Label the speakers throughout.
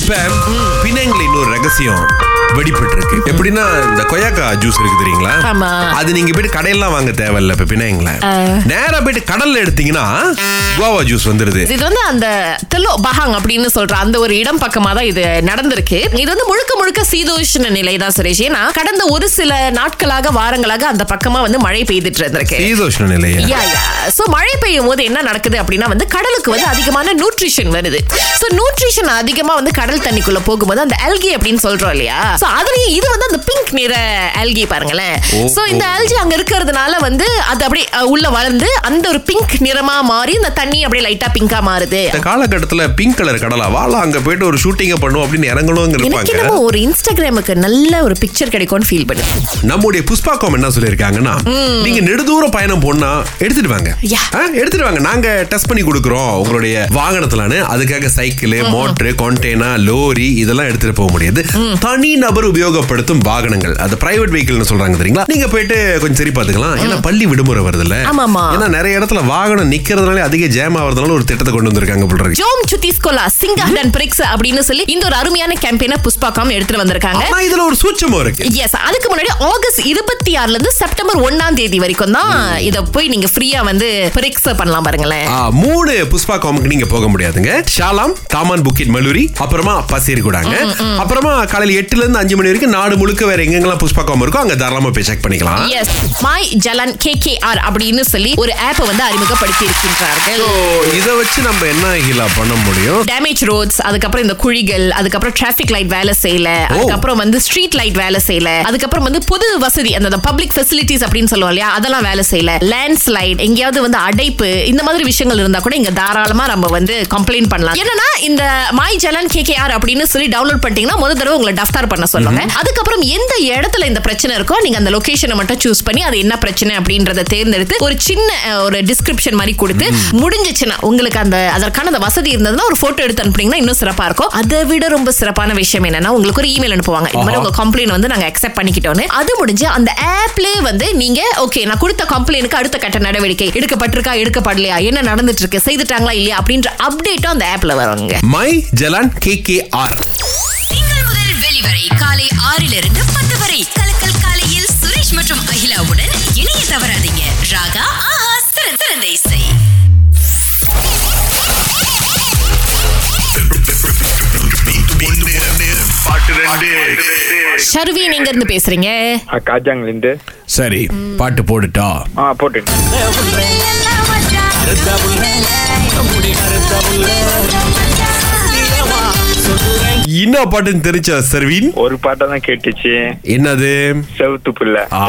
Speaker 1: இப்ப பிணைங்கள இன்னொரு ரகசியம் வெடிபட்டு இருக்கு எப்படின்னா இந்த கொய்யாக்கா ஜூஸ் இருக்கு தெரியுங்களா
Speaker 2: ஆமா.
Speaker 1: அது நீங்க போயிட்டு கடையெல்லாம் வாங்க தேவையில்ல இப்ப பிணைங்கள
Speaker 2: ஆ.
Speaker 1: நேரா போயிட்டு கடல்ல எடுத்தீங்கன்னா கோவா ஜூஸ் வந்துருது
Speaker 2: இது வந்து அந்த தெல்லோ பஹாங் அப்படின்னு சொல்ற அந்த ஒரு இடம் பக்கமா தான் இது நடந்திருக்கு இது வந்து முழுக்க முழுக்க சீதோஷ்ண நிலை தான் சுரேஷ் ஏன்னா கடந்த ஒரு சில நாட்களாக வாரங்களாக அந்த பக்கமா வந்து மழை பெய்துட்டு இருந்திருக்கு
Speaker 1: சீதோஷ்ண நிலையா
Speaker 2: ஸோ மழை பெய்யும் போது என்ன நடக்குது அப்படின்னா வந்து கடலுக்கு வந்து அதிகமான நியூட்ரிஷன் வருது ஸோ நியூட்ரிஷன் அதிகமா வந்து கடல் தண்ணிக்குள்ள போகும்போது அந்த அல்கி அப்படின்னு சொல்றோம் இல்லையா ஸோ அதுலயும் இது வந்து அந்த பிங்க் நிற அல்கி பாருங்களேன்
Speaker 1: ஓ,
Speaker 2: ஸோ இந்த
Speaker 1: ஓ.
Speaker 2: அல்ஜி அங்க இருக்கிறதுனால வந்து அது அப்படியே அஹ், உள்ள வளர்ந்து அந்த ஒரு பிங்க் நிறமா மாறி இந்த தண்ணி அப்படியே லைட்டா பிங்கா மாறுது
Speaker 1: இந்த காலகட்டத்துல பிங்க் கலர் கடலா வாழ அங்க போயிட்டு ஒரு ஷூட்டிங்க பண்ணுவோம் அப்படின்னு இறங்கணும்னு
Speaker 2: எனக்கு
Speaker 1: இருப்பாங்க
Speaker 2: என்னமோ ஒரு இன்ஸ்டாகிராமுக்கு நல்ல ஒரு பிக்சர் கிடைக்கும்னு ஃபீல் பண்ணுது
Speaker 1: நம்முடைய புஷ்பா கோம் என்ன சொல்லியிருக்காங்கன்னா நீங்க நெடுதூரம் பயணம் போனா எடுத்துட்டு வாங்க
Speaker 2: Yeah.
Speaker 1: ஆ, எடுத்துட்டு வாங்க நாங்க டெஸ்ட் பண்ணி கொடுக்குறோம் உங்களுடைய வாகனத்துலான்னு அதுக்காக சைக்கிள் மோட்டர் கொண்டெய்னர் லோரி இதெல்லாம் எடுத்துட்டு போக முடியாது தனி நபர் உபயோகப்படுத்தும் வாகனங்கள் அது பிரைவேட் வெஹிக்கிள்னு சொல்றாங்க தெரியுங்களா நீங்க போயிட்டு கொஞ்சம் சரி பாத்துக்கலாம் ஏன்னா பள்ளி விடுமுறை வருதுல்ல
Speaker 2: ஆமாமா.
Speaker 1: ஏன்னா நிறைய இடத்துல வாகனம் நிக்கிறதுனால அதிக ஜேம் ஆகுறதுனால ஒரு திட்டத்தை கொண்டு வந்திருக்காங்க போல இருக்கு
Speaker 2: ஜோம் சுத்திஸ்கோலா சிங்காடன் பிரிக்ஸ் அப்படின்னு சொல்லி இந்த ஒரு அருமையான கேம்பெயினை புஷ்பாக்காம் எடுத்துட்டு வந்திருக்காங்க
Speaker 1: ஆனா இதுல ஒரு சூட்சமும் இருக்கு
Speaker 2: எஸ் அதுக்கு முன்னாடி ஆகஸ்ட் இருபத்தி ஆறுல இருந்து செப்டம்பர் ஒண்ணாம் தேதி வரைக்கும் தான் இத போய் நீங்க ஃப்ரீயா வந்து பிரிக்ஸ் பண்ணலாம் பாருங்களேன்
Speaker 1: ஆ, மூணு புஷ்பா காமுக்கு நீங்க போக முடியாதுங்க ஷாலாம் தாமான் புக்கிட் மலூரி அப்புறமா பசேரிகுடாங்க அப்புறமா காலையில எட்டுல இருந்து அஞ்சு மணி வரைக்கும் நாடு முழுக்க வேற எங்கெங்கெல்லாம் புஷ்பா காம் இருக்கோ அங்க தாராளமா போய் செக் பண்ணிக்கலாம்
Speaker 2: S my Jalan K K R அப்படின்னு சொல்லி ஒரு ஆப்பை வந்து அறிமுகப்படுத்தி இருக்கின்றார்கள்
Speaker 1: இதை வச்சு நம்ம என்ன ஹீலா பண்ண முடியும்
Speaker 2: டேமேஜ் ரோட்ஸ் அதுக்கப்புறம் இந்த குழிகள் அதுக்கப்புறம் டிராபிக் லைட் வேலை செய்யல
Speaker 1: ஓ.
Speaker 2: அதுக்கப்புறம் வந்து ஸ்ட்ரீட் லைட் வேலை செய்யல அதுக்கப்புறம் வந்து பொது வசதி அந்த பப்ளிக் ஃபெசிலிட்டிஸ் அப்படின்னு சொல்லுவோம் இல்லையா அதெல்லாம் வேலை செய்யல லேண்ட் ஸ்லைட் எங்கேயாவது வந்து அடைப்பு இந்த மாதிரி விஷயங்கள் இருந்தா கூட இங்க தாராளமா நம்ம வந்து கம்ப்ளைண்ட் பண்ணலாம் என்னன்னா இந்த மாய் ஜலன் கே அப்படின்னு சொல்லி டவுன்லோட் பண்ணிட்டீங்கன்னா முதல் தடவை உங்களை டஃப்டார் பண்ண சொல்லுவாங்க அதுக்கப்புறம் எந்த இடத்துல இந்த பிரச்சனை இருக்கோ நீங்க அந்த லொகேஷனை மட்டும் சூஸ் பண்ணி அது என்ன பிரச்சனை அப்படின்றத தேர்ந்தெடுத்து ஒரு சின்ன அஹ், ஒரு டிஸ்கிரிப்ஷன் மாதிரி கொடுத்து முடிஞ்சிச்சுன்னா உங்களுக்கு அந்த அதற்கான அந்த வசதி இருந்ததுன்னா ஒரு போட்டோ எடுத்து அனுப்புனீங்கன்னா இன்னும் சிறப்பா இருக்கும் அதை விட ரொம்ப சிறப்பான விஷயம் என்னன்னா உங்களுக்கு ஒரு இமெயில் அனுப்புவாங்க இந்த மாதிரி
Speaker 1: ஆஹா.
Speaker 2: உங்க கம்ப்ளைண்ட் வந்து நாங்க அக்செப்ட் பண்ணிக்கிட்டோன்னு அது முடிஞ்சு அந்த ஆப்லயே வந்து நீங்க ஓகே நான் கொடுத்த கம்ப்ளைண்ட்க்கு அடுத்த கட்ட நடவடிக்கை எடுக்கப்பட்டிருக்கா எடுக்கப்படலையா என்ன நடந்துட்டு இருக்கு செய்துட்டாங்களா இல்லையா அப்படின்ற அப்டேட்டும் அந்த ஆப்ல வருவாங்க
Speaker 1: my Jalan K K R
Speaker 3: திங்கள் முதல் வெளிவரை காலை ஆறிலிருந்து பத்து வரை கலக்கல் காலையில் சுரேஷ் மற்றும் அகிலாவுடன் இணைய தவறாதீங்க ராகா ஆஹா சிறந்த சிறந்த இசை
Speaker 2: ஷருவி நீங்க இருந்து பேசுறீங்க
Speaker 4: காஜாங்லேருந்து
Speaker 1: சரி பாட்டு போட்டுட்டா
Speaker 4: ஆ போட்டுங்க
Speaker 1: என்ன பாட்டுன்னு தெரிஞ்சா சர்வீன்
Speaker 4: ஒரு பாட்டை தான் கேட்டுச்சு
Speaker 1: என்னது
Speaker 4: செவத்து பிள்ளை
Speaker 1: ஆ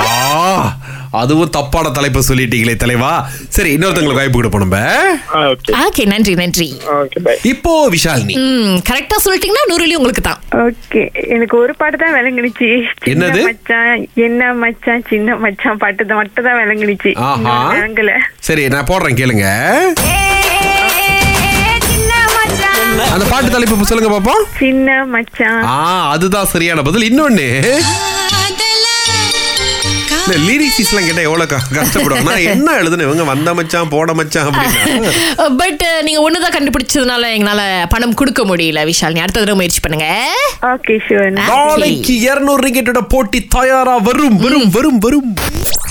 Speaker 1: அதுவும் தப்பான தலைப்பை சொல்லிட்டீங்களே தலைவா சரி இன்னொருத்தங்களுக்கு வாய்ப்பு கொடுப்போம் நம்ம
Speaker 4: ஓகே
Speaker 2: ஓகே நன்றி நன்றி
Speaker 4: ஓகே பை
Speaker 1: இப்போ விஷாலினி
Speaker 2: ம் கரெக்டா சொல்லிட்டீங்கன்னா நூறுலி உங்களுக்கு தான்
Speaker 5: ஓகே எனக்கு ஒரு பாட்டு தான் விளங்குனுச்சு சின்ன
Speaker 1: என்னது?
Speaker 5: மச்சான் என்ன மச்சான் சின்ன மச்சான் பாட்டு தான் மட்டும் தான் விளங்குனுச்சு
Speaker 1: ஆஹா
Speaker 5: இன்னொரு விளங்கல
Speaker 1: சரி நான் போடுறேன் கேளுங்க அந்த பாட்டு தலைப்பு இப்ப சொல்லுங்க பாப்போம்
Speaker 5: சின்ன மச்சான்
Speaker 1: ஆ அதுதான் சரியான பதில் இன்னொன்னு இந்த லிரிக்ஸ் எல்லாம் கேட்டா எவ்வளவு க- கஷ்டப்படுவோம் நான் என்ன எழுதுன இவங்க வந்த மச்சான் போட மச்சான் அப்படின்னா
Speaker 2: பட் நீங்க ஒண்ணுதான் கண்டுபிடிச்சதுனால எங்களால பணம் கொடுக்க முடியல விஷால் நீ அடுத்த தடவை முயற்சி பண்ணுங்க
Speaker 5: ஓகே ஷூர்
Speaker 1: நாளைக்கு இருநூறு ரிக்கெட்டோட போட்டி தயாரா வரும் வரும் வரும் வரும்